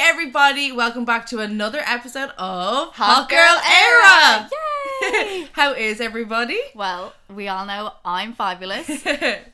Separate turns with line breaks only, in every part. everybody. Welcome back to another episode of Hot,
Hot
Girl, Era.
Girl Era. Yay!
How is everybody?
Well, we all know I'm fabulous.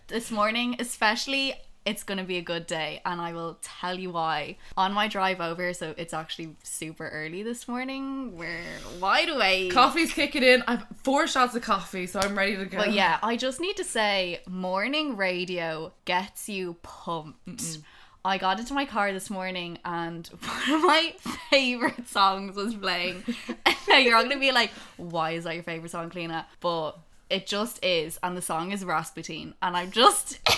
this morning, especially, it's going to be a good day, and I will tell you why. On my drive over, so it's actually super early this morning, we're wide awake.
Coffee's kicking in. I've four shots of coffee, so I'm ready to go.
But yeah, I just need to say morning radio gets you pumped. I got into my car this morning and one of my favorite songs was playing. now you're all going to be like, why is that your favorite song, Cleena? But it just is. And the song is Rasputin. And I'm just,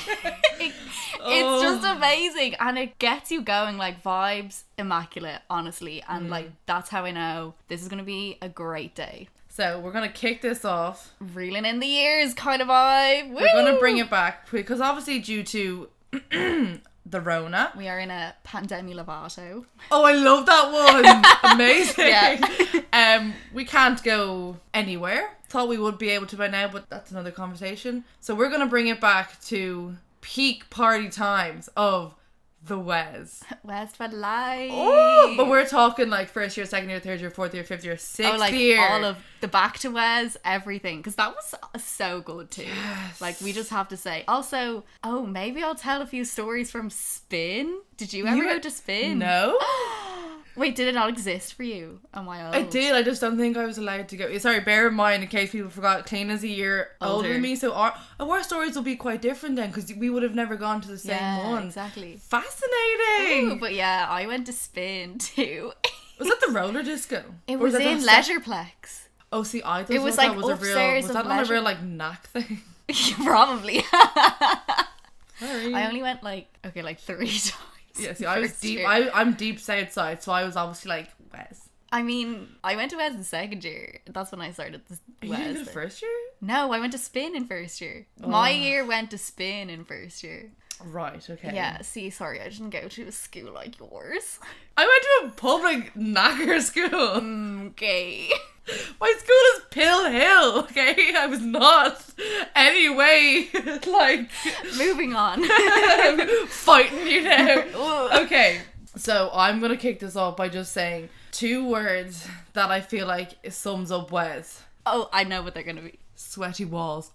it-
Oh.
it's just amazing. And it gets you going like vibes immaculate, honestly.
Mm.
And like, that's how I know this is going to be a great day.
So we're gonna kick this off.
Reeling in the ears kind of vibe.
We're gonna bring it back because obviously due to the Rona,
We are in a pandemi Lovato.
Oh, I love that one. Amazing. um, we can't go anywhere. Thought we would be able to by now, but that's another conversation. So we're gonna bring it back to peak party times of the Wes. Oh,
West for life.
But we're talking like first year, second year, third year, fourth year, fifth year, sixth
Oh, like
year.
all of the back to wears, everything, because that was so good too. Like we just have to say. Also, oh, maybe I'll tell a few stories from Spin. Did you ever
You-
go to Spin?
no,
Wait, did it not exist for you? Am I old?
I did. I just don't think I was allowed to go. Sorry, bear in mind in case people forgot. Clean is a year older,
Older.
than me, so our our stories will be quite different then because we would have never gone to the same
Yeah,
one.
exactly.
Fascinating.
Ooh, but yeah, I went to Spin too.
Was that the roller disco?
it
Or
was,
that the
in
se-
Leisureplex.
Oh, see, I thought
It was,
that
like,
was a real.
upstairs
Was
of
that not a
leisure.
real like knack thing?
Probably.
Sorry.
I only went like okay, like three times.
Mm. yeah, see, I was
First
deep.
year.
I, I'm deep south side, so I was obviously like Wes.
I mean, I went to Wes in second year. That's when I started this.
Are you
Wes
did the
thing.
first year?
No, I went to spin in first year.
Oh.
My year went to spin in first year.
Right. Okay.
Yeah, see, sorry, I didn't go to a school like yours.
I went to a public knacker school.
Okay.
My school is Pill Hill. Okay, I was not anyway like
Moving on.
fighting you now.
Ugh.
okay. So I'm gonna kick this off by just saying two words that I feel like sums up Wes.
oh, I know what they're gonna be.
Sweaty walls.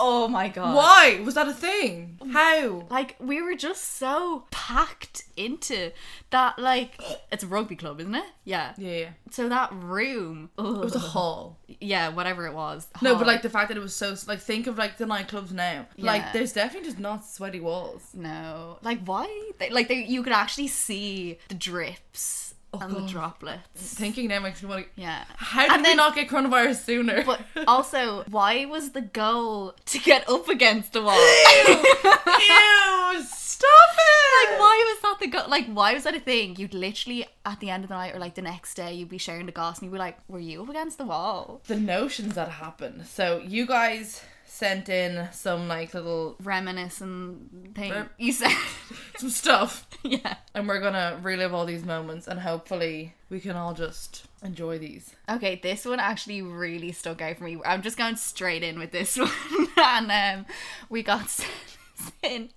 Oh my god.
Why was that a thing? How?
Like, we were just so packed into that, like, it's a rugby club, isn't it? Yeah.
Yeah, yeah.
So that room. Ugh.
it was a hall.
yeah, whatever it was.
No, but
Hall.
like the fact that it was so like think of like the nightclubs now. Like
Yeah.
there's definitely just not sweaty walls.
No. Like, why? They, like, they, you could actually see the drips and the droplets.
Thinking now makes me want to.
Yeah.
Oh, How did
And
we
then-
not get coronavirus sooner?
But also, why was the goal to get up against the wall?
Ew! Stop it!
Like, why was that the goal? Like, why was that a thing? You'd literally, at the end of the night or like the next day, you'd be sharing the gossip and you'd be like, were you up against the wall?
The notions that happen. So you guys sent in some like little
Reminiscent thing.
Burp.
You said,
some stuff,
yeah.
and we're gonna relive all these moments, and hopefully we can all just enjoy these.
Okay, this one actually really stuck out for me. I'm just going straight in with this one. and um, we got sent this in.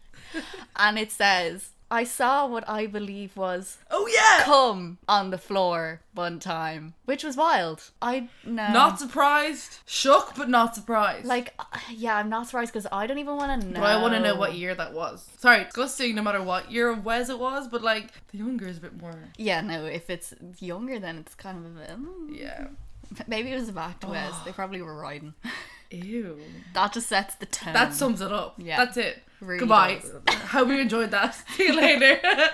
And it says, I saw what I believe was
Oh yeah!
cum on the floor one time, which was wild. I know.
Not surprised. Shook, but not surprised.
like, uh, yeah, I'm not surprised because I don't even want to know.
but I want to know what year that was. Sorry, disgusting no matter what year of Wes it was, but like the younger is a bit more.
Yeah, no. If it's younger, then it's kind of a bit. mm.
Yeah.
Maybe it was back to Wes. They probably were riding.
Ew.
That just sets the tone.
That sums it up.
yeah.
That's it.
Really
Goodbye.
does.
Hope you enjoyed that. See you later.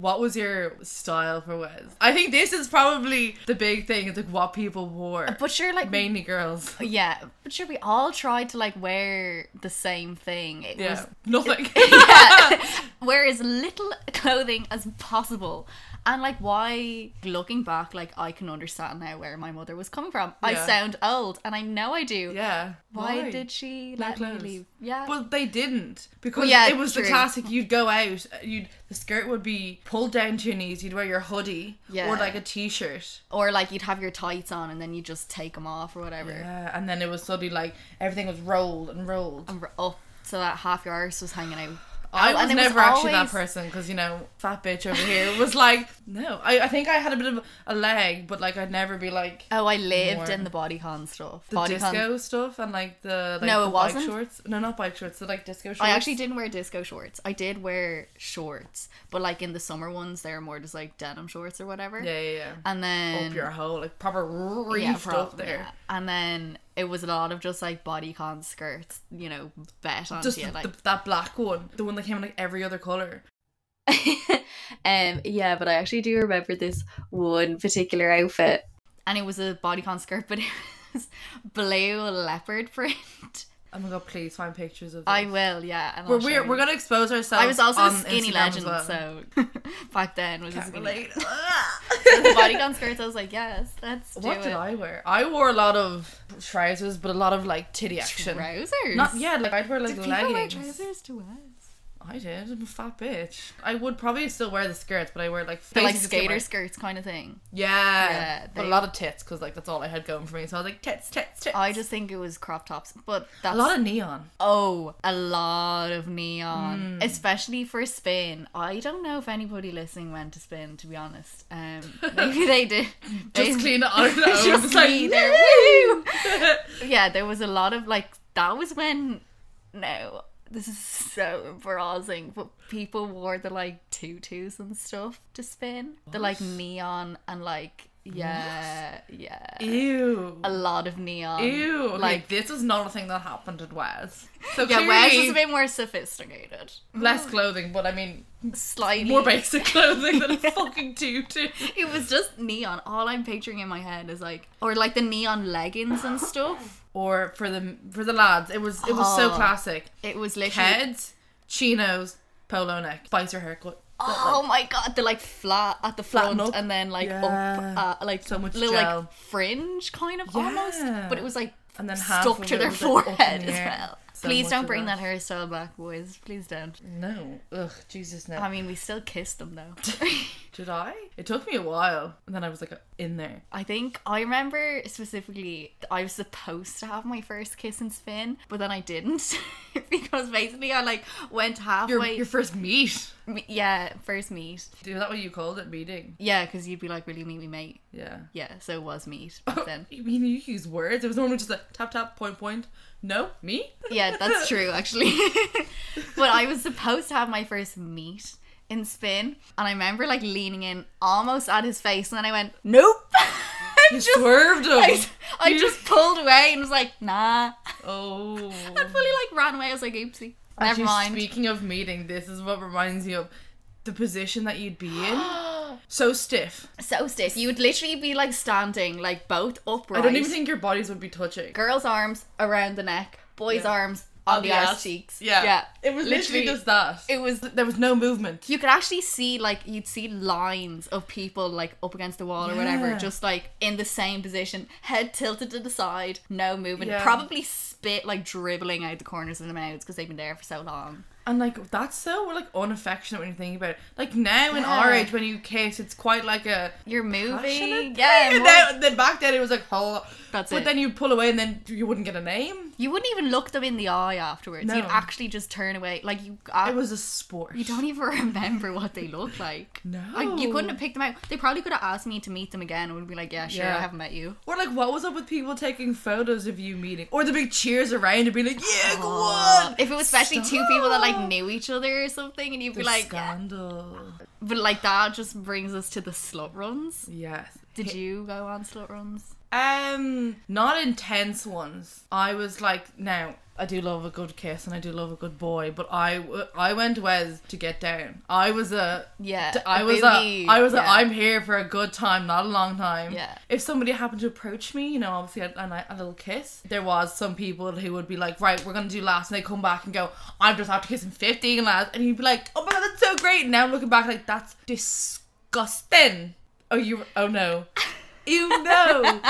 what was your style for Wes? I think this is probably the big thing. It's like what people wore.
But sure, like
Mainly girls.
yeah, but sure, we all tried to like wear the same thing. It
Yeah.
was
Nothing.
yeah. wear as little clothing as possible. And like, why? Looking back, like I can understand now where my mother was coming from. I
Yeah.
sound old, and I know I do.
yeah.
Why, did she
No
let
clothes.
me leave? Yeah.
Well, they didn't because
Well, yeah,
it was the
true.
classic. You'd go out, you'd the skirt would be pulled down to your knees. You'd wear your hoodie
Yeah.
or like a t-shirt,
or like you'd have your tights on, and then you just take them off or whatever,
yeah, Uh, and then it was suddenly like everything was rolled and rolled.
oh, and we're up so that half your arse was hanging out.
I
Oh,
was
and it was
never actually that
always-
person because you know fat bitch over here was like no. I, I think I had a bit of a leg, but like I'd never be like
Oh, I lived
More.
in the bodycon stuff.
the
bodycon.
disco stuff and like the like,
No,
the
it
bike
wasn't.
shorts. No, not bike shorts. The like disco shorts.
I actually didn't wear disco shorts. I did wear shorts, but like in the summer ones, they're more just like denim shorts or whatever.
Yeah, yeah, yeah.
And then
Up your hole, like proper reefed
yeah,
up
prob-
there.
yeah. And then it was a lot of just like bodycon skirts, you know, bet on
Just
you,
the,
like
the- that black one, the one that came in like every other color.
um yeah but i actually do remember this one particular outfit and it was a bodycon skirt but it was blue leopard print
Oh my god! Please find pictures of.
i
this.
will yeah and I'll
We're
show
we're,
you.
we're gonna expose ourselves.
i was also a
on
skinny
Instagram as
legend
well.
so back then was a
Can't
skinny
relate.
the bodycon skirts i was like yes let's do
What
it
did I wear? I wore a lot of trousers, but a lot of like titty action.
trousers
Not yeah, like I'd wear like
did people
leggings.
wear trousers to us
I did. I'm a fat bitch. I would probably still wear the skirts, but I wear like
They're like
basically
skater
just
skirts kind of thing
wear- Yeah,
Yeah,
but a
they-
lot of tits because like that's all I had going for me. So I was like tits, tits, tits.
i just think it was crop tops but that's
a lot of neon.
Oh, a lot of
Hmm.
neon, especially for spin. I don't know if anybody listening went to spin, to be honest. Um, maybe they did.
Just
They-
clean it on their own.
Just
It's like,
Oh, me there.
"Woo!"
yeah, there was a lot of like that was when. No, this is so embarrassing, but people wore the like tutus and stuff to spin. The like neon and like yeah, yeah,
Ew.
a lot of neon.
Ew. Okay,
like.
like this is not a thing that happened at Wes. So
Yeah,
clearly,
where's is a bit more sophisticated.
less clothing, but I mean
Slightly
more basic clothing than a fucking tutu.
It was just neon. All I'm picturing in my head is like, or like the neon leggings and stuff.
Or for the for the lads, it was it was so
Oh.
classic.
It was literally.
Heads, chinos, polo neck, spicer haircut.
Oh my god, they're like flat at the front
Flatten up.
and then like
Yeah.
up, uh, like
So much
little
gel.
like fringe kind of almost,
Yeah.
but it was like
And then half
stuck
of
to
it
their
was, like, up in
forehead
the
as
air.
well.
So
Please
much
don't
of
bring that
that.
hairstyle back, boys. Please don't.
No, ugh, Jesus, no.
I mean, we still kissed them though.
Did I? It took me a while, and then I was like uh, in there.
I think I remember specifically that I was supposed to have my first kiss and spin, but then I didn't because basically I like went
Your
halfway.
your first meet.
M- Yeah, first meet.
Is that what you called it? Meeting.
Yeah, because you'd be like, "Will you meet me, mate?"
Yeah.
Yeah, so it was meet back then.
You mean you use words? It was normally just like tap tap point point. No, me.
Yeah, that's true actually. but I was supposed to have my first meet in spin, and I remember like leaning in almost at his face, and then I went, "Nope." I
You
just,
swerved him.
I, I just pulled away and was like, "Nah."
oh.
I fully like ran away. I was like, "Oopsie, never
Actually,
mind."
Speaking of meeting, this is what reminds me of the position that you'd be in. so stiff.
so stiff. You would literally be like standing, like both upright.
I don't even think your bodies would be touching.
girls' arms around the neck, boys'
Yeah.
arms on the
Yes.
ass cheeks.
Yeah.
yeah.
It was literally, just that.
It was.
there was no movement.
You could actually see like you'd see lines of people like up against the wall or whatever,
Yeah.
just like in the same position, head tilted to the side, no movement,
Yeah.
probably spit like dribbling out the corners of their mouths because they've been there for so long.
And like that's so like unaffectionate when you think about it. Like now in our
Yeah.
age when you kiss, it's quite like a
You're moving,
passionate
yeah.
thing. And
more-
then, then back then it was like oh
That's
But
it.
then you'd pull away and then you wouldn't get a name.
you wouldn't even look them in the eye afterwards.
No.
You'd actually just turn away. Like you, I,
It was a sport.
You don't even remember what they look like.
No.
Like, you couldn't have picked them out. They probably could have asked me to meet them again and would be like, yeah, sure,
Yeah.
I haven't met you.
Or like what was up with people taking photos of you meeting? Or the big cheers around and being like, Yeah, go
Uh,
on.
If it was especially two people that like
Stop.
knew each other or something and you'd be
The
like, yeah.
scandal.
but like that just brings us to the slut runs.
Yes.
Did you go on slut runs?
Um, not intense ones. I was like, now I do love a good kiss and I do love a good boy, but I w- I went Wes to get down. I was a
Yeah.
d- I
a
was
booby,
a I was
yeah.
a I'm here for a good time, not a long time.
Yeah.
If somebody happened to approach me, you know, obviously I'd- and I- a little kiss. There was some people who would be like, right, we're gonna do last, and they come back and go, I'm just after kissing 15 lads, and you'd be like, oh my god, that's so great. And now looking back, like that's disgusting. Oh you, oh no. You know,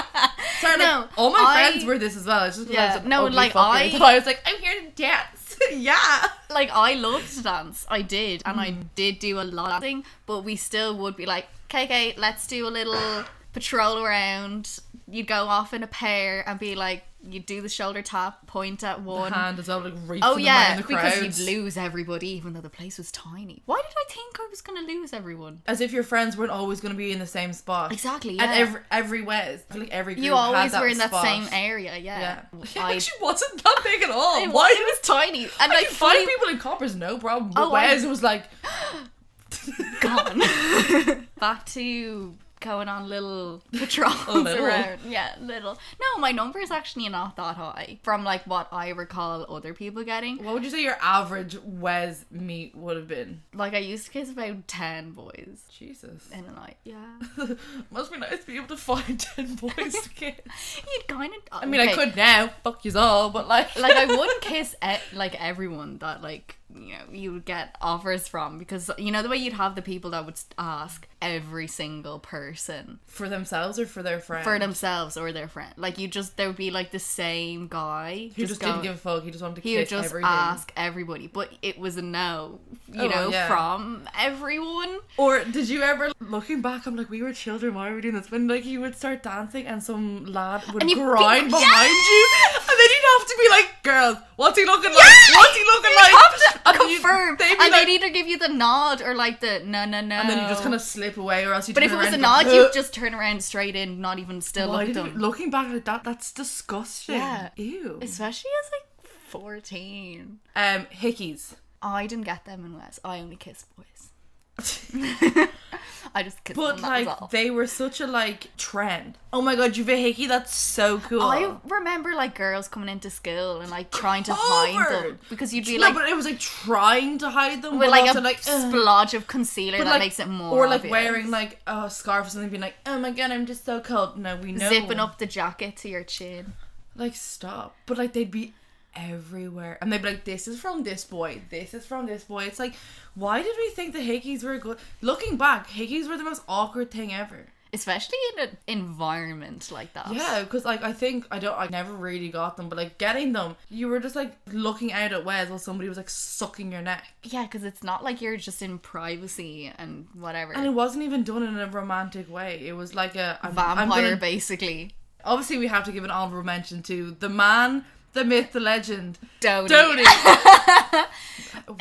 sorry.
No,
like, all my
I-
friends were this as well. It's just 'cause I was
Yeah,
an
no,
ugly
like,
fucker.
I-
So I was like, I'm here to dance. yeah.
Like I loved to dance. I did. And
Hmm.
I did do a lot of dancing, but we still would be like, KK, let's do a little patrol around. You'd go off in a pair and be like, you do the shoulder tap, point at one.
hand is all like reaching
Oh yeah,
in the
because
crowd.
you'd lose everybody, even though the place was tiny. Why did I think I was gonna lose everyone?
As if your friends weren't always going to be in the same spot.
Exactly. Yeah.
And every every way, I feel like every group
you
had
always
that
were in that
spot.
same area. Yeah.
Yeah,
I,
she wasn't that big at all.
it,
Why?
was, it was tiny, and I,
Like five
fully
people in coppers, no problem.
Oh,
But whereas
I-
it was like,
gone. Back to going on little patrols
little.
around. Yeah, little. No, my number is actually not that high from like what I recall other people getting.
what would you say your average Wes meet would have been?
Like I used to kiss about ten boys
Jesus,
in a night. Yeah,
must be nice to be able to find ten boys to kiss.
you'd kind of.
I mean, I could now, fuck yous all, but like,
like I wouldn't kiss e- like everyone that like you know you would get offers from because you know the way you'd have the people that would s- ask every single person
for themselves or for their friends.
for themselves or their friend like you just there would be like the same guy
He just,
go-
didn't give a fuck. He just wanted to
he would
kiss
just
everything.
ask everybody but it was a no you
Oh,
know
yeah.
from everyone
Or did you ever looking back? I'm like, we were children. Why were we doing this? When like you would start dancing and some lad would
And you'd
grind
be-
behind
Yeah!
you, and then you'd have to be like, girls, what's he looking like?
Yeah!
What's he looking like?
have to
And you'd-
confirm
they'd be
and
like-
they'd either give you the nod or like the no no no
and then you just kind of slip away, or else you.
but if it was a nod you'd just turn around straight in not even still
Why
look at
did you,
them
looking back at that, that's disgusting.
Yeah.
Ew.
especially as like 14
Um, hickeys.
i didn't get them in west i only kissed boys i just kissed
But
them that was
like
all.
they were such a like trend. Oh my god, you've a hickey. That's so cool.
I remember like girls coming into school and like trying to hide them
Covered.
because you'd be
no,
like
but it was like trying to hide them,
with
but
like
also
a
like ugh.
splodge of concealer
But,
that
like-
makes it more
or like
obvious.
wearing like a scarf or something, being like, oh my god, I'm just so cold. No, we know.
zipping up the jacket to your chin.
Like stop. But like they'd be everywhere, and they'd be like, this is from this boy, this is from this boy. It's like, why did we think the hickeys were good? Looking back, hickeys were the most awkward thing ever.
Especially in an environment like that.
Yeah, because like I think I don't I never really got them, but like getting them, you were just like looking out at Wes while somebody was like sucking your neck.
Yeah, because it's not like you're just in privacy and whatever.
And it wasn't even done in a romantic way. It was like a I'm- I'm
Vampire,
gonna-
basically.
Obviously, we have to give an honorable mention to the man, the myth, the legend,
Don't.
Donny.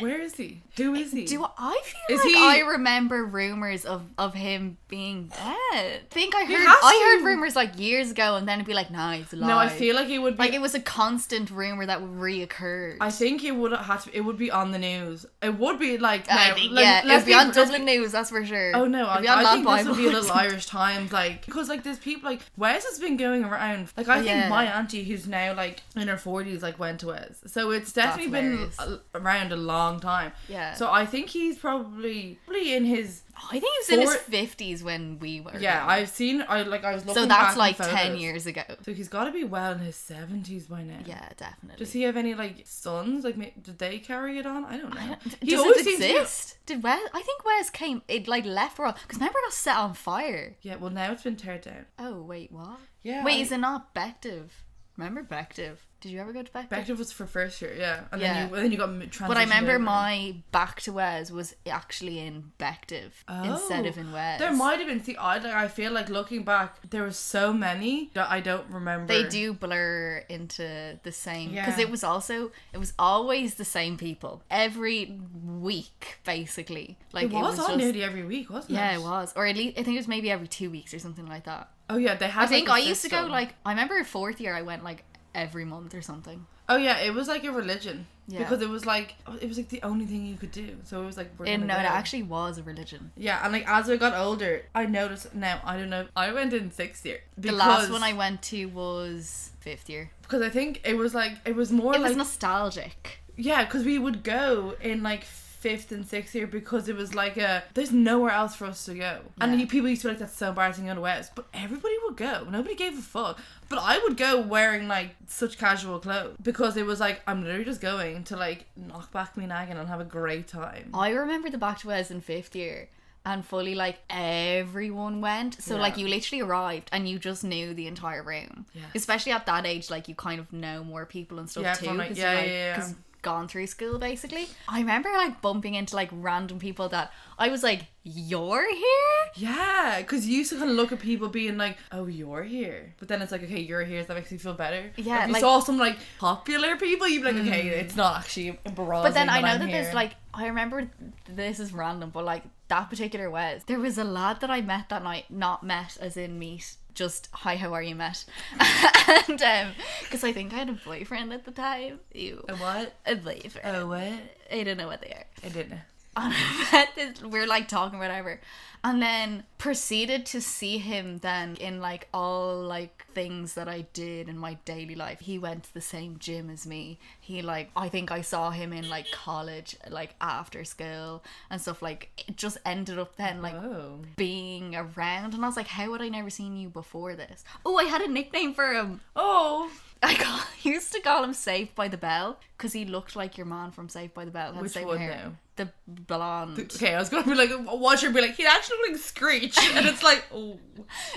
Where is he? Who is he?
Do I feel
Is
like
he-
I remember rumors of of him being dead? I think I heard
has
I heard
to.
rumors like years ago, and then it'd be like, nah, he's alive.
no, I feel like it would be.
like it was a constant rumor that would reoccur.
I think it would have to. It would be on the news. It would be like.
I
now,
think,
like,
yeah,
let's
it'd be on
let's
Dublin News, that's for sure.
Oh no! I,
It'd be on
I think
Loud
this would be a
Bible.
little Irish Times, like because like there's people like Wes has been going around. Like I think
Yeah.
my auntie, who's now like in her forties, like went to Wes, so it's definitely been
hilarious.
a- around a long time.
Yeah.
So I think he's probably probably in his
I think he was in his
Four-
fifties when we were.
Yeah,
growing up.
I've seen. I like. I was looking.
so
back
that's
at
like ten
photos.
years ago.
So he's got to be well in his seventies by now.
Yeah, definitely.
Does he have any like sons? Like, ma- did they carry it on? I don't know.
Does it
seems to be-
exist? Did Wes? I think Wes came. It like left Royal because remember it got set on fire.
yeah. Well, now it's been teared down.
Oh wait, what?
Yeah.
Wait,
I-
is it not Bective? Remember Bective? Did you ever go to Bective?
Bective was for first year. Yeah. And
Yeah.
then you. And then you got. m-
But I
transitioned
remember
over.
my back to Wes was actually in Bective instead
Oh.
of in Wes.
There might have been. See, I like. I feel like looking back, there were so many that I don't remember.
they do blur into the same because
Yeah.
it was also it was always the same people every week basically like
It was, on
just,
nearly every week, wasn't it?
yeah it was or at least I think it was maybe every two weeks or something like that
Oh yeah, they had.
I think I used to go
system.
like I remember fourth year I went like every month or something
Oh yeah, it was like a religion.
Yeah.
Because it was like it was like the only thing you could do. So it was like we're
and no
gonna
it
go.
actually was a religion
Yeah, and like as I got older, I noticed now I don't know. I went in sixth year.
the
Because,
last one I went to was fifth year
because I think it was like it was more
it was
like
nostalgic
yeah, because we would go in like fifth and sixth year because it was like a there's nowhere else for us to go. And
Yeah.
you, people used to be like that's so embarrassing on the West, but everybody would go. Nobody gave a fuck. But I would go wearing like such casual clothes because it was like I'm literally just going to like knock back me nagging and have a great time.
I remember the back to us in fifth year and fully like everyone went. So
Yeah.
like you literally arrived and you just knew the entire room.
Yeah.
Especially at that age, like you kind of know more people and stuff
Yeah,
too.
from, like-
'cause
yeah,
you're,
yeah, yeah.
Cause gone through school basically. I remember like bumping into like random people that I was like, You're here?
Yeah, because you used to kind of look at people being like, "Oh, you're here," but then it's like, "Okay, you're here," so that makes me feel better.
Yeah,
if you
like- Mm.
saw some like popular people, you'd be like, "Okay, it's not actually embarrassing."
But then I know
I'm
that
here."
there's like I remember this is random, but like that particular was there was a lad that I met that night, not met as in meet, just hi, how are you met, and um, because I think I had a boyfriend at the time. Ew,
a what?
a boyfriend.
Oh, what?
I don't know what they are.
I didn't.
And I met this, we're like talking whatever, and then proceeded to see him then in like all like things that I did in my daily life. He went to the same gym as me. He like I think I saw him in like college, like after school and stuff. Like it just ended up then like
Oh,
being around, and I was like, how had I never seen you before this? Oh, I had a nickname for him.
oh,
I call, used to call him Saved by the Bell because he looked like your man from Saved by the Bell. Had
Which
the same
one
hair.
now?
The blonde.
okay. I was gonna be like, watch her be like, he actually looked like Screech, and it's like, oh,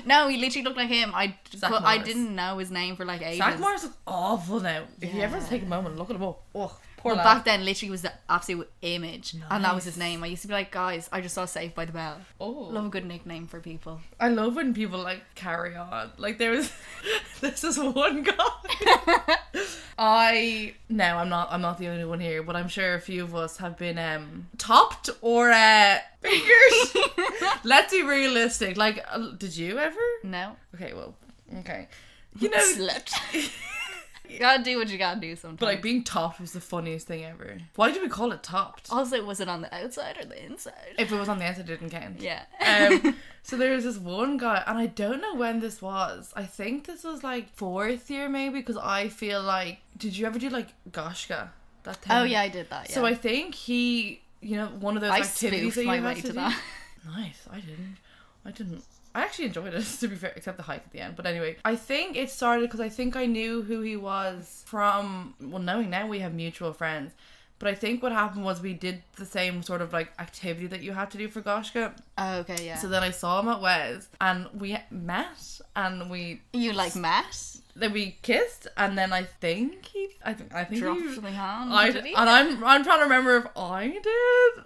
No, he literally looked like him. I
Zach
but I
Morris.
didn't know his name for like ages.
Zach Morris looks awful now. If you ever
Yeah.
take a moment, look at him up. Oh, poor
But
lad.
back then, literally was the absolute image, and that was his
Nice.
name. I used to be like, guys, I just saw Saved by the Bell.
oh,
Love a good nickname for people.
I love when people like carry on. Like there was there's this one guy. I no, I'm not I'm not the only one here, but I'm sure a few of us have been um topped or uh fingers. Let's be realistic. Like uh, did you ever?
No,
Okay, well, okay. You know,
slipped. you gotta do what you gotta do sometimes.
but like being topped was the funniest thing ever. Why did we call it topped?
also, was it on the outside or the inside?
If it was on the answer, it didn't count.
yeah.
um, so there was this one guy, and I don't know when this was. I think this was like fourth year, maybe, because I feel like. Did you ever do like Goshka? That thing?
oh yeah, I did that. Yeah.
So I think he, you know, one of those
I
activities that
spoofed
you
my
have
way
to,
to
do.
that.
Nice. I didn't. I didn't. I actually enjoyed it, to be fair, except the hike at the end. But anyway, I think it started because I think I knew who he was from. Well, knowing now we have mutual friends. But I think what happened was we did the same sort of like activity that you had to do for Goshka.
Oh, okay, yeah.
So then I saw him at Wes, and we met, and we
you like Matt?
then we kissed, and then I think he, I think I think
Dropped
he,
the hand?
I,
did he?
and I'm I'm trying to remember if I did.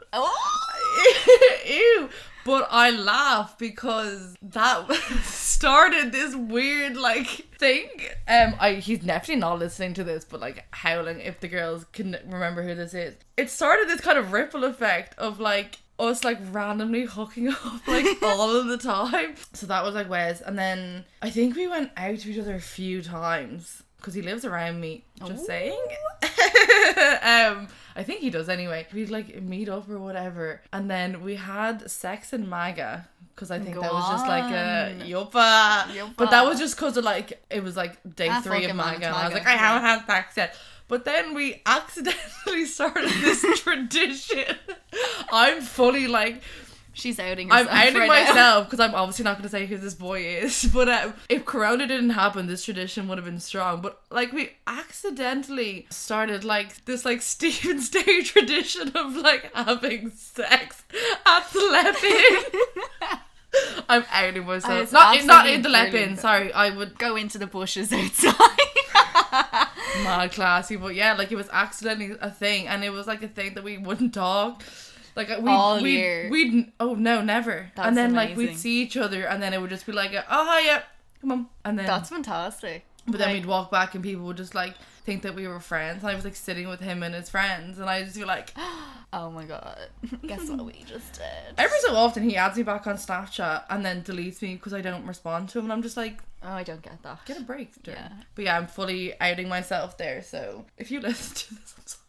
oh!
Ew. But I laugh because that started this weird like thing. Um, I he's definitely not listening to this, but like howling if the girls can remember who this is. It started this kind of ripple effect of like us like randomly hooking up like all of the time. So that was like Wes, and then I think we went out to each other a few times because he lives around me. Just
Ooh.
saying. um, I think he does anyway. We'd like meet up or whatever, and then we had sex in MAGA because I think
Go
that was just like a
on.
yuppa. But that
Yuppa.
was just because of like it was like day
Ah,
three of
fucking
MAGA, and I was
MAGA,
like, I
yeah.
haven't had sex yet. But then we accidentally started this tradition. I'm fully like
She's outing
I'm
herself.
outing
right now.
myself because I'm obviously not going to say who this boy is. But um, if Corona didn't happen, this tradition would have been strong. But like we accidentally started like this like Stephen's Day tradition of like having sex at the lep in. I'm outing
Oh,
myself.
it's
Not in, not
absolutely
in the lep in.
brilliant.
Sorry, I would
Go into the bushes outside.
mad classy. But yeah, like it was accidentally a thing, and it was like a thing that we wouldn't talk. Like uh, we
All
we
year.
we'd oh no never.
That's
and then like
amazing.
we'd see each other, and then it would just be like a, oh hi yeah come on, and then
That's fantastic.
but then
like-
we'd walk back, and people would just like think that we were friends. And I was like sitting with him and his friends, and I just be like
Oh my god. Guess what we just did?
every so often he adds me back on Snapchat and then deletes me because I don't respond to him, and I'm just like
Oh, I don't get that.
get a break. Dude.
Yeah.
But yeah, I'm fully outing myself there. So if you listen to this, I'm sorry.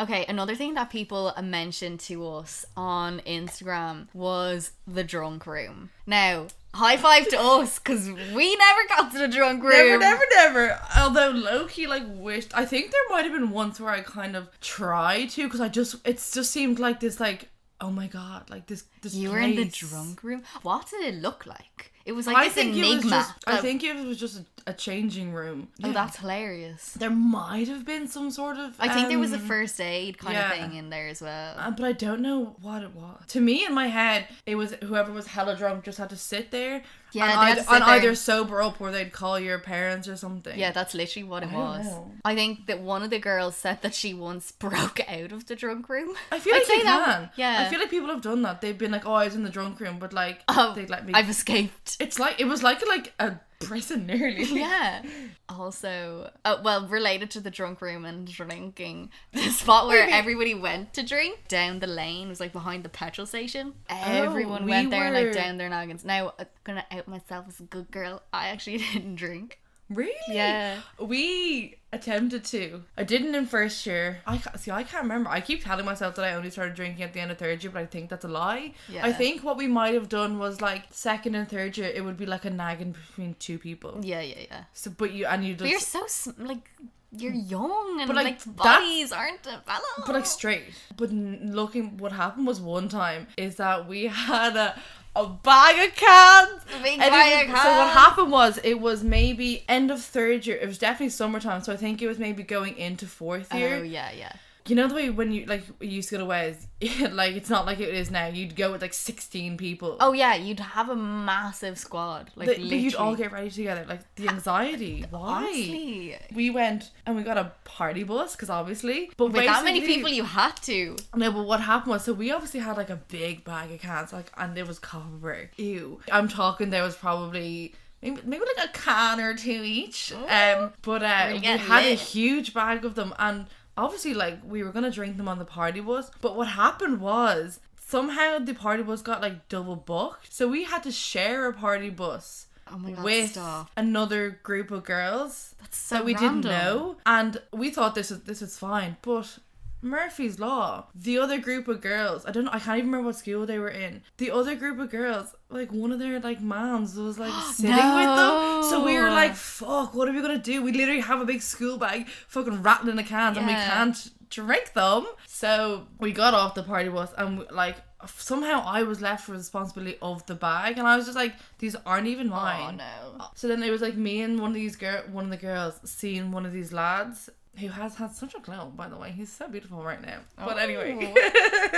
Okay, another thing that people mentioned to us on Instagram was the drunk room. Now, high five to us because we never got to the drunk room.
Never, never, never. Although Loki like wished. I think there might have been once where I kind of tried to because I just it's just seemed like this like oh my god like this this
You were in the
place.
drunk room. What did it look like? It was like this
it was
enigma.
just. I
that-
think it was just a, a changing room.
oh,
Yeah.
that's hilarious.
There might have been some sort of.
I think there was a
um,
first aid kind
yeah.
of thing in there as well.
Uh, but I don't know what it was. To me, in my head, it was whoever was hella drunk just had to sit there.
Yeah,
on,
they had
either,
to sit
on
there.
either sober up or they'd call your parents or something.
yeah, that's literally what it
I don't
was.
know.
I think that one of the girls said that she once broke out of the drunk room.
I feel
I'd
like
say
they
that-
can.
yeah.
I feel like people have done that. They've been like, "Oh, I was in the drunk room," but like
Oh,
they'd let me.
I've escaped.
It's like it was like like a prison nearly.
yeah. Also, uh, well, related to the drunk room and drinking, the spot where
Maybe.
everybody went to drink down the lane was like behind the petrol station. Everyone
Oh, we
went there and
were-
like down their noggins. Now, I'm gonna out myself as a good girl. I actually didn't drink.
Really?
Yeah.
We attempted to. I didn't in first year. I ca- see. I can't remember. I keep telling myself that I only started drinking at the end of third year, but I think that's a lie.
Yeah.
I think what we might have done was like second and third year. It would be like a nagging between two people.
Yeah, yeah, yeah.
So, but you and you
But you're
just.
so sm- like you're young and
But, like,
like,
that-
bodies aren't developed.
But like straight. But n- looking, what happened was one time is that we had a a bag of cans.
A big
And it
bag
was-
of
So what
cans.
happened was it was maybe end of third year. It was definitely summertime. So I think it was maybe going into fourth
oh
year.
yeah, yeah.
You know the way when you like you used to go to Wes, like it's not like it is now. You'd go with like sixteen people.
Oh yeah, you'd have a massive squad. Like
But- but you'd all
literally.
get ready together. Like the anxiety. Why?
Honestly,
We went and we got a party bus because obviously. But
with that many
basically-
people, you had to.
No, but what happened was so we obviously had like a big bag of cans, like, and there was cover. Ew. I'm talking. There was probably. Maybe, maybe like a can or two each. Um, but uh,
We're
we
getting
had a
lit.
huge bag of them, and obviously, like we were gonna drink them on the party bus. But what happened was somehow the party bus got like double booked, so we had to share a party bus
Oh my god,
with
stop.
another group of girls
That's so
that we
random.
didn't know, and we thought this was this was fine, but. Murphy's Law. The other group of girls, I don't know, I can't even remember what school they were in. The other group of girls, like one of their like moms was like sitting with them. So we were
No.
like, fuck, what are we gonna do? We literally have a big school bag fucking rattling the cans and we
Yeah.
can't drink them. So we got off the party bus and we, like somehow I was left with responsibility of the bag and I was just like, these aren't even
Oh
mine.
no.
So then it was like me and one of these girl, one of the girls, seeing one of these lads who has had such a glow. By the way, he's so beautiful right now. But anyway,
Oh.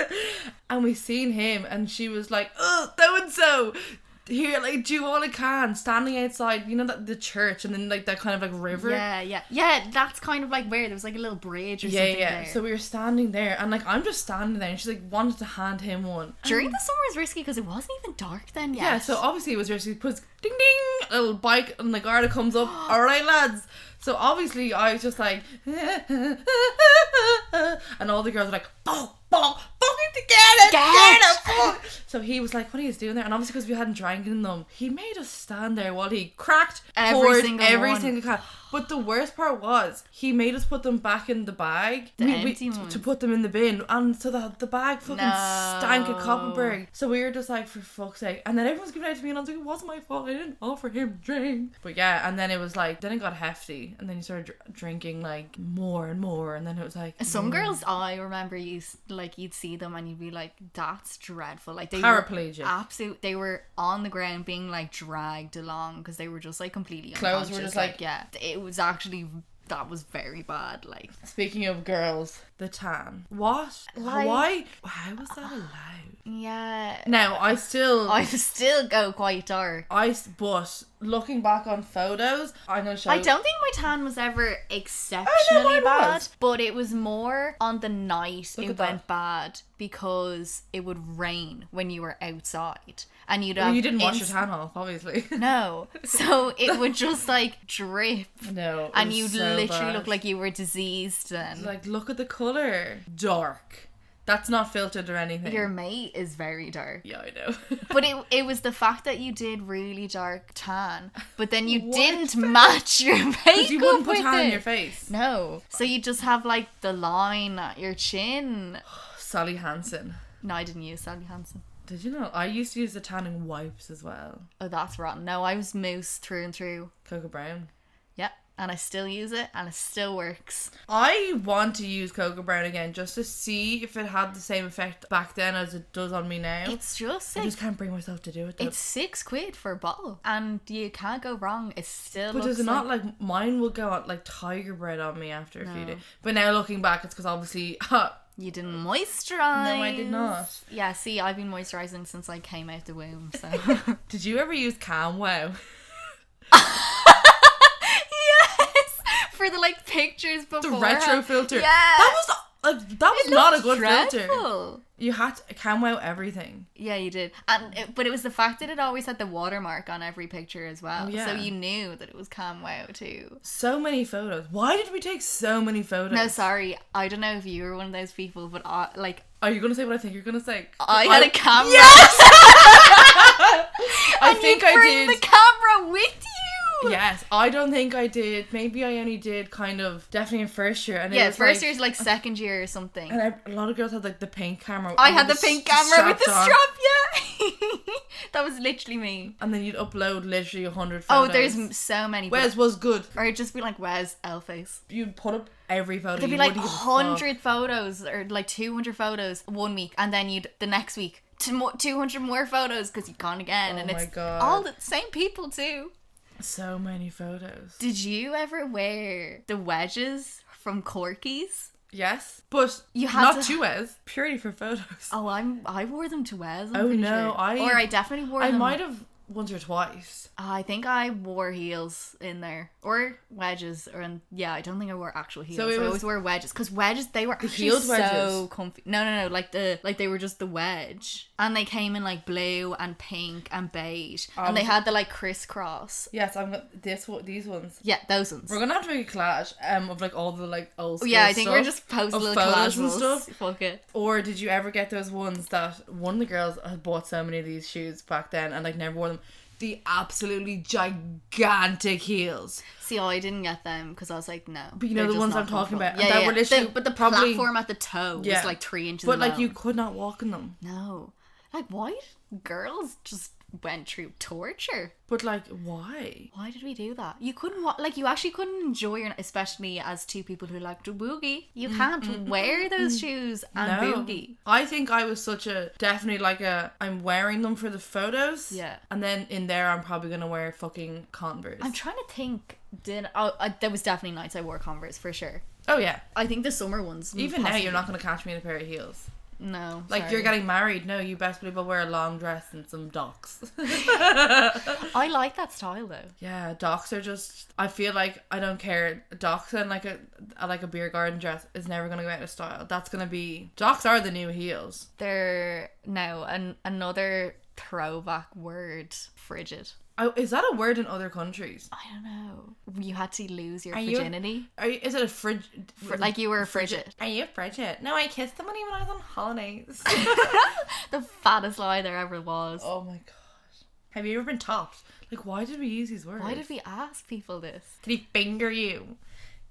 and we seen him, and she was like, "Oh, so and so." Here, like, do all I can, standing outside, you know, that the church, and then like that kind of like river.
Yeah, yeah, yeah. That's kind of like where there was like a little bridge or
yeah,
something.
yeah.
there.
So we were standing there, and like I'm just standing there, and she's like wanted to hand him one.
during the summer is risky because it wasn't even dark then yet.
Yeah, so obviously it was just he puts ding ding a little bike and the guard comes up. All right, lads. So obviously I was just like, and all the girls were like, oh, oh, fucking together,
Get
together,
it."
fuck. So he was like, what are you doing there? And obviously because we hadn't drank in them, he made us stand there while he cracked
Every
poured
single
every
one.
single can. But the worst part was he made us put them back in the bag
The
We- we-
empty
to-
ones.
to put them in the bin, and so the the bag fucking stank of
No.
Coppenberg. So we were just like, for fuck's sake. And then everyone's giving out to me, and I was like, it wasn't my fault. I didn't offer him drink. But yeah, and then it was like, then it got hefty. And then you started dr- drinking like more and more. And then it was like,
Some girls, I remember you s- like you'd see them and you'd be like, "That's dreadful." Like they
Paraplegic.
were absolute. They were on the ground being like dragged along because they were just like completely
Clothes were
unconscious,
just, like-
yeah. It was actually that was very bad. Like
speaking of girls, the tan. What?
Like-
Why? How was that allowed?
yeah,
Now, I still.
I still go quite dark.
I s- but looking back on photos, I'm gonna show.
I don't think my tan was ever exceptionally
mine
bad,
was.
but it was more on the night
Look
it
at that.
went bad because it would rain when you were outside and you'd have
you didn't wash your
instant
tan off, obviously.
No. So it would just like drip
no, it
and
was
you'd
so
literally
bad.
look like you were diseased then.
Like, look at the color. Dark. That's not filtered or anything.
Your mate is very dark.
yeah, I know.
But it it was the fact that you did really dark tan, but then you
What
didn't match your makeup
you wouldn't put
with
tan
it.
on your face.
No. So you just have like the line at your chin.
Sally Hansen.
No, I didn't use Sally Hansen.
Did you know? I used to use the tanning wipes as well.
Oh, that's rotten. No, I was moose through and through.
Cocoa Brown.
Yep. and I still use it and it still works.
I want to use Cocoa Brown again just to see if it had the same effect back then as it does on me now.
It's just
I
sick.
just can't bring myself to do it. Though.
It's six quid for a bottle, and you can't go wrong. It still
But
looks
does it not
like-
like mine will go out like tiger bread on me after a few
No.
days? But now looking back, it's because obviously
you didn't moisturize.
No, I did not.
Yeah, see, I've been moisturizing since I came out the womb. So
Did you ever use Calm Wow?
yes, for the like pictures before
The retro filter.
Yeah,
That was like that was not a good filter.
filter.
You had to Calm Wow everything.
Yeah, you did, and it, but it was the fact that it always had the watermark on every picture as well,
Oh, yeah.
so you knew that it was Camwow too.
So many photos. Why did we take so many photos?
No, sorry, I don't know if you were one of those people, but I like
Are you gonna say what I think you're gonna say?
I had a camera.
I
and
think
you
I
bring
did.
the camera with you.
Yes, I don't think I did. Maybe I only did kind of definitely in first year. And it
Yeah,
was
first
like,
year's like second year or something.
And I, a lot of girls had like the pink camera.
I
with
had the
s-
pink camera with the
strapped on.
strap. Yeah, that was literally me.
And then you'd upload literally a hundred
Oh,
photos.
there's m- so many. but-
Wes was good.
Or it'd just be like, "Where's Elface?"
You'd put up every photo.
There'd
you
be like
wouldn't give a fuck.
hundred photos or like two hundred photos one week, and then you'd the next week two hundred more photos because you'd gone again,
Oh
and
my
it's
God.
all the same people too.
So many photos.
Did you ever wear the wedges from Corky's?
Yes, but
You had
not
to-
to Wes. Purely for photos.
Oh, I'm I wore them to Wes. I'm
Oh,
pretty
no,
sure.
I-
or I definitely wore
I
them.
might have once or twice.
I think I wore heels in there or wedges, or in, yeah, I don't think I wore actual heels.
So it
I
was-
always wore wedges because wedges they were actually
heeled
so
wedges?
comfy. No, no, no, like the like they were just the wedge, and they came in like blue and pink and beige, and they
Um,
had the like crisscross.
Yes, I'm got this. one- These ones.
Yeah, those ones.
We're gonna have to make a collage um, of like all the like old.
Oh, yeah,
school
I think
stuff.
we're just posting
of
little
photos and
casuals.
stuff.
Fuck it.
Or did you ever get those ones that one of the girls had bought so many of these shoes back then and like never wore them? The absolutely gigantic heels.
See, I didn't get them because I was like, no. But
you know the ones I'm talking about, and
Yeah,
that
yeah.
were literally
The- but the
probably-
platform at the toe
Yeah.
was like three inches.
But like you
long.
could not walk in them.
no, like why did girls just went through torture?
But like why?
Why did we do that? You couldn't wa- like you actually couldn't enjoy your, especially as two people who like to boogie. You
Mm,
can't wear those shoes and boogie.
I think I was such a definitely like a I'm wearing them for the photos.
Yeah.
And then in there I'm probably gonna wear fucking Converse.
I'm trying to think. Did oh, I, there was definitely nights I wore Converse for sure.
oh yeah.
I think the summer ones.
Even now
possibly.
you're not gonna catch me in a pair of heels.
No,
Like
sorry.
you're getting married. No, you best believe I'll wear a long dress and some docks.
I like that style though.
Yeah, docs are just. I feel like I don't care. Docs and like a, a like a beer garden dress is never gonna go out of style. That's gonna be docs are the new heels.
They're now an, another throwback word frigid.
Oh, is that a word in other countries?
I don't know. You had to lose your
Are you-
virginity.
Are you, is it a fridge?
Fr- like you were frigid.
are you frigid? No, I kissed somebody when I was on holidays.
The fattest lie there ever was.
oh my gosh, have you ever been topped? Like, why did we use these words?
Why did we ask people this?
Did he finger you?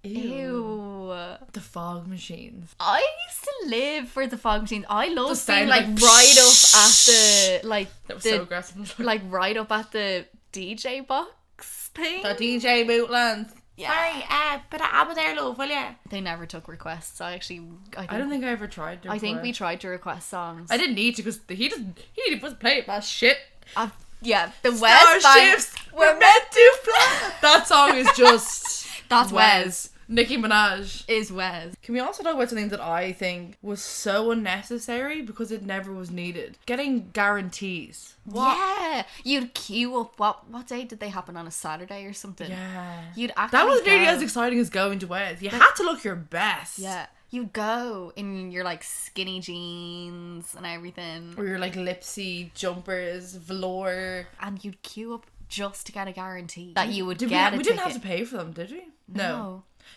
Ew.
Ew.
The fog machines.
I used to live for the fog machines. I loved being
sound
like
like
right up at the like
That was
the,
so aggressive.
like right up at the DJ box thing.
the DJ Bootlands.
Yeah.
Sorry, uh, but I'm there, love, will ya?
They never took requests. I actually I, think,
I
I
don't think I ever tried. to
think
record.
we tried to request songs.
I didn't need to because he doesn't. He was playing my shit.
I've, yeah, the Wes
Starships
Bank.
were meant to fly. That song is just
That's Wes.
Nicki Minaj.
Is Wes.
Can we also talk about something that I think was so unnecessary because it never was needed? Getting guarantees.
Yeah, you'd queue up. What what day did they happen on a Saturday or something?
Yeah.
you'd actually
That was nearly
go.
as exciting as going to Wes. You had to look your best.
Yeah, you go in your like skinny jeans and everything,
Or your like lipsy jumpers, velour.
and you'd queue up just to get a guarantee that you would
Did we,
get
we
a
didn't have to
ticket.
pay for them, did we?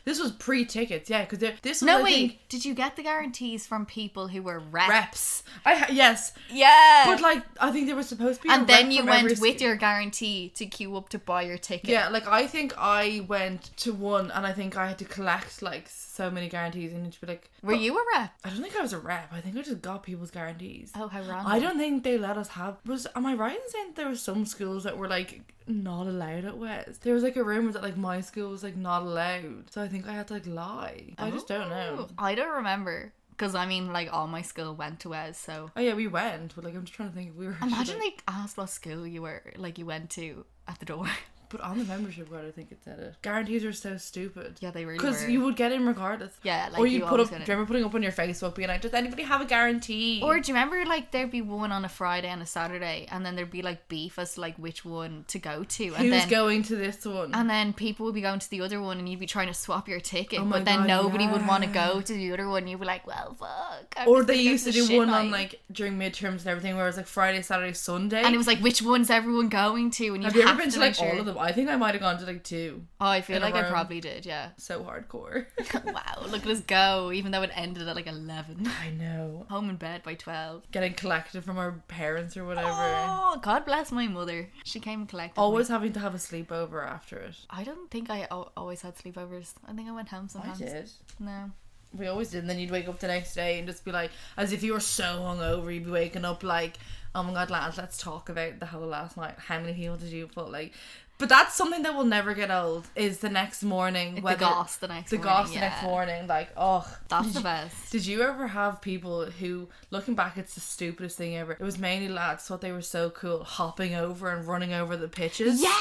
This was pre tickets, yeah, because this was
No,
I
wait.
think,
Did you get the guarantees from people who were reps?
reps. I ha- yes,
Yeah.
but like I think they were supposed to be. a
and then
rep
you
from
went
every
with
ski-
your guarantee to queue up to buy your ticket.
Yeah, like I think I went to one, and I think I had to collect like so many guarantees, and it'd be like,
Were you a rep?
I don't think I was a rep. I think I just got people's guarantees.
Oh, how wrong.
I don't think they let us have. Was am I right in saying that there were some schools that were like not allowed at West. There was like a rumor that like my school was like not allowed, so I think I had to like lie. I just don't know.
Ooh, Oh, I don't remember. Because I mean, like, all my school went to Wes, so.
Oh yeah, we went, but like I'm just trying to think if we were.
Imagine they asked what school you were, like, you went to at the door.
But on the membership card, I think it said it. Guarantees are so stupid.
yeah, they really
Because
were.
you would get in regardless.
yeah, like,
or you, put
always
up. Do
get
you
it.
remember putting up on your Facebook being like, "Does anybody have a guarantee?"
Or do you remember like there'd be one on a Friday and a Saturday, and then there'd be like beef as to, like which one to go to, and
who's
then
going to this one?
and then people would be going to the other one, and you'd be trying to swap your ticket,
Oh my
but then
God,
nobody would want to
yeah.
go to the other one. You'd be like, well, fuck. I'm
or
just
they
gonna go
used to
the
do
shit
one on
night."
like during midterms and everything, where it was like Friday, Saturday, Sunday.
and it was like which one's everyone going to, and you
have you
have
ever been to
make
like
sure.
all of them? I think I might have gone to like two.
Oh, I feel
in a
like I
row?
probably did, yeah.
So hardcore.
wow, look at us go, even though it ended at like 11.
I know.
Home in bed by 12.
Getting collected from our parents or whatever.
Oh, God bless my mother. She came and collected. me.
Always having to have a sleepover after it.
I don't think I al- always had sleepovers. I think I went home sometimes. No.
We always did, and then you'd wake up the next day and just be like, as if you were so hungover, you'd be waking up like, oh my god, lads, let's talk about the whole last night. How many people did you put like? But that's something that will never get old. Is the next morning
the goss the next
the
morning.
goss the
yeah.
next morning, like, oh,
That's the best.
Did you ever have people who, looking back, it's the stupidest thing ever? It was mainly lads thought they were so cool, hopping over and running over the pitches.
Yeah!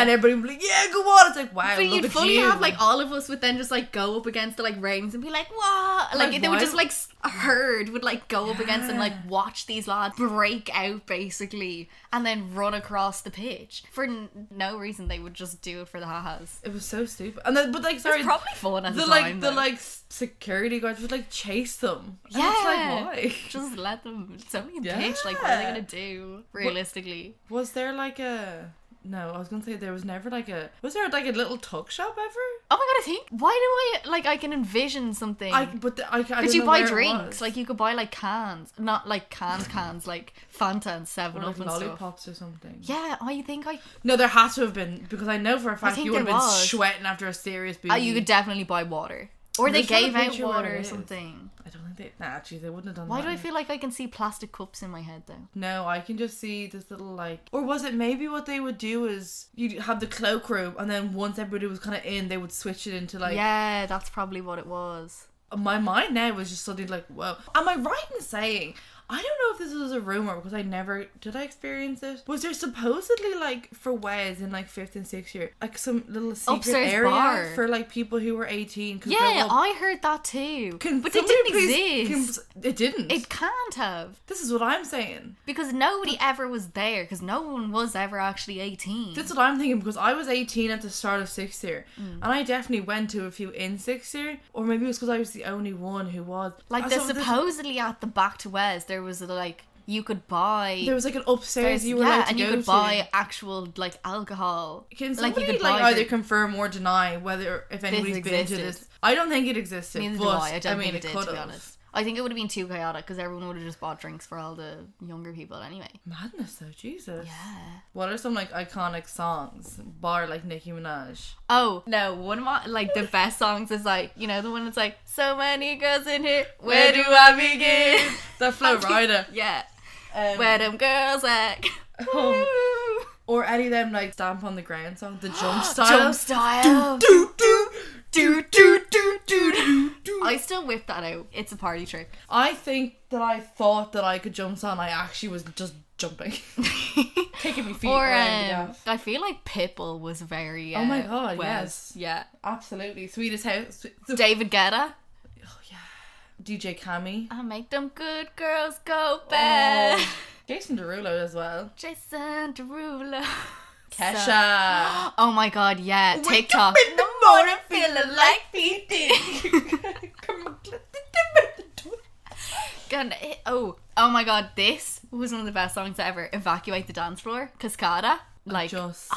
And everybody would be like, yeah, go on. It's like, wow,
but
look
you'd
at
fully
you.
have like all of us would then just like go up against the like reins and be like, "What?" Like,
Like,
they would
why-
just like s- a herd would like go up against and like
Yeah.
watch these lads break out basically and then run across the pitch for n- no reason. They would just do it for the ha-has.
It was so stupid. And then, but like,
It
sorry,
was probably fun at the,
the
time.
like the
though.
like s- security guards would like chase them. And
Yeah.
It's like why?
Just let them. It's only a pitch. Like, what are they
Yeah.
gonna do realistically?
Was there like a no? I was gonna say there was never like a was there like a little tuck shop ever?
Oh my god! I think why do I like I can envision something.
I but the, I, I
But
don't
you
know
buy
where it
drinks,
was.
like you could buy like cans, not like canned cans, like Fanta and
Or,
Seven
like
Up and stuff.
lollipops or something.
Yeah, I think I.
No, there has to have been because I know for a fact
think
you would have
there
been
was.
sweating after a serious booze.
Oh, you could definitely buy water, or
I'm
they
just trying to
gave out
picture where
water
it
or
is.
something.
I don't think they. Nah, actually, they wouldn't have done
Why
that.
do I feel like I can see plastic cups in my head though?
No, I can just see this little like. Or was it maybe what they would do is you'd have the cloakroom, and then once everybody was kind of in, they would switch it into like.
yeah, that's probably what it was.
My mind now was just suddenly like, whoa. Am I right in saying? I don't know if this was a rumor because I never did. I experience it. Was there supposedly like for Wes in like fifth and sixth year, like some little secret
Upstairs
area
bar.
for like people who were eighteen? 'cause they're
Yeah,
all-
I heard that too,
Can
but it
somebody
didn't
please-
exist.
can- it didn't.
It can't have
this is what I'm saying.
because nobody ever was there because no one was ever actually eighteen.
That's what I'm thinking because I was 18 at the start of sixth year,
Mm.
and I definitely went to a few in sixth year, or maybe it was because I was the only one who was.
Like
I
there's
saw this-
supposedly at the back to Wes, there was like you could buy.
there was like an upstairs
there's-
you were allowed
yeah,
to
and you
go
could
to.
buy actual like alcohol.
Can
like
somebody, like,
buy
either
drink-
confirm or deny whether if anybody's been to
existed.
this? I don't think it existed.
Neither
but,
do I. I don't
mean,
think it, did to
could've.
be honest. I think it would have been too chaotic because everyone would have just bought drinks for all the younger people anyway.
Madness though, Jesus.
Yeah.
What are some like iconic songs? Bar like Nicki Minaj.
Oh no! One of my like the best songs is like you know the one that's like so many girls in here. Where do I begin?
The Flow Rider.
yeah.
Um,
Where them girls at?
Oh. Or any of them like stamp on the ground song, the jump style.
Jump style.
do do do do do do do. do.
I
I,
still whip that out. It's a party trick.
I think that I thought that I could jump so, and I actually was just jumping, kicking my feet.
or
around,
um,
yeah.
I feel like Pitbull was very. Uh,
Oh my God,
Wes. Yeah.
absolutely sweetest house. Swe-
David Guetta.
DJ Cammy,
I make them good girls go bad.
Oh. Jason Derulo as well.
Jason Derulo.
Kesha.
So- oh my God! Yeah. TikTok.
in the morning feeling like beating. Come on, let's dip it.
Gonna hit- Oh, oh my God! This was one of the best songs ever. Evacuate the dance floor. Cascada. Like
Just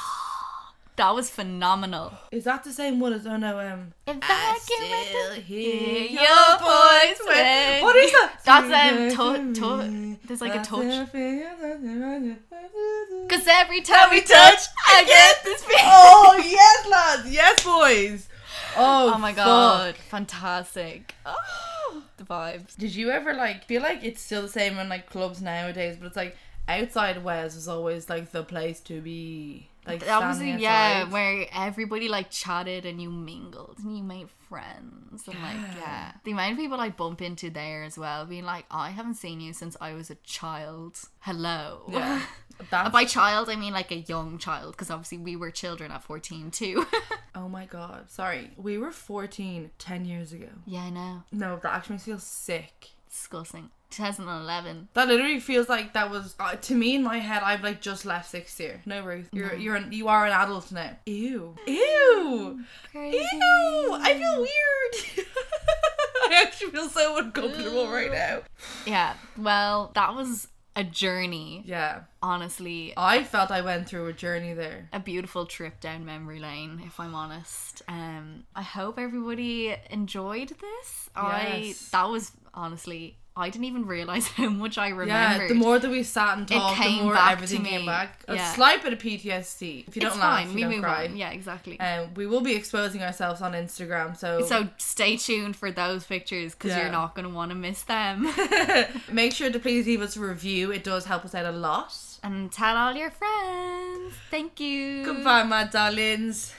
that was phenomenal.
is that the same one as oh no um
Evacuate.
hear
your voice when-
What is that?
That's, um, tou- tou- there's like a touch.
touch.
Because every time we touch,
touch,
I get this feeling.
Oh yes, lads, yes, boys. Oh,
Oh my
fuck.
god, fantastic. Oh, the vibes.
Did you ever like feel like it's still the same in like clubs nowadays? But it's like outside Wes was always like the place to be. Like
That was
standing
yeah,
outside.
where everybody like chatted and you mingled and you made friends and like yeah, the amount of people I bump into there as well, being like, oh, I haven't seen you since I was a child. Hello.
Yeah.
And
That's,
by child, I mean like a young child, because obviously we were children at 14 too.
oh my god. Sorry. We were 14 10 years ago.
yeah, I know.
No, that actually makes me feel sick.
Disgusting. 2011.
That literally feels like that was uh, to me in my head. I've like just left sixth year. No, Ruth, you're
Mm-hmm.
you're an, you are an adult now. Ew, ew,
Crazy.
ew. I feel weird. I actually feel so uncomfortable right now.
Yeah, well, that was a journey,
Yeah,
honestly.
I felt I went through a journey there.
a beautiful trip down memory lane if i'm honest um i hope everybody enjoyed this i
Yes.
that was honestly i didn't even realize how much i remembered
Yeah, the more that we sat and talked, the
came
more
back to
everything came
me.
back. A
Yeah.
slight bit of PTSD. If you don't
it's
laugh,
fine
you
we
don't
move
cry.
on yeah exactly
Um, we will be exposing ourselves on Instagram,
so stay tuned for those pictures because
Yeah.
you're not going to want to miss them
make sure to please leave us a review. It does help us out a lot.
and tell all your friends thank you
Goodbye, my darlings.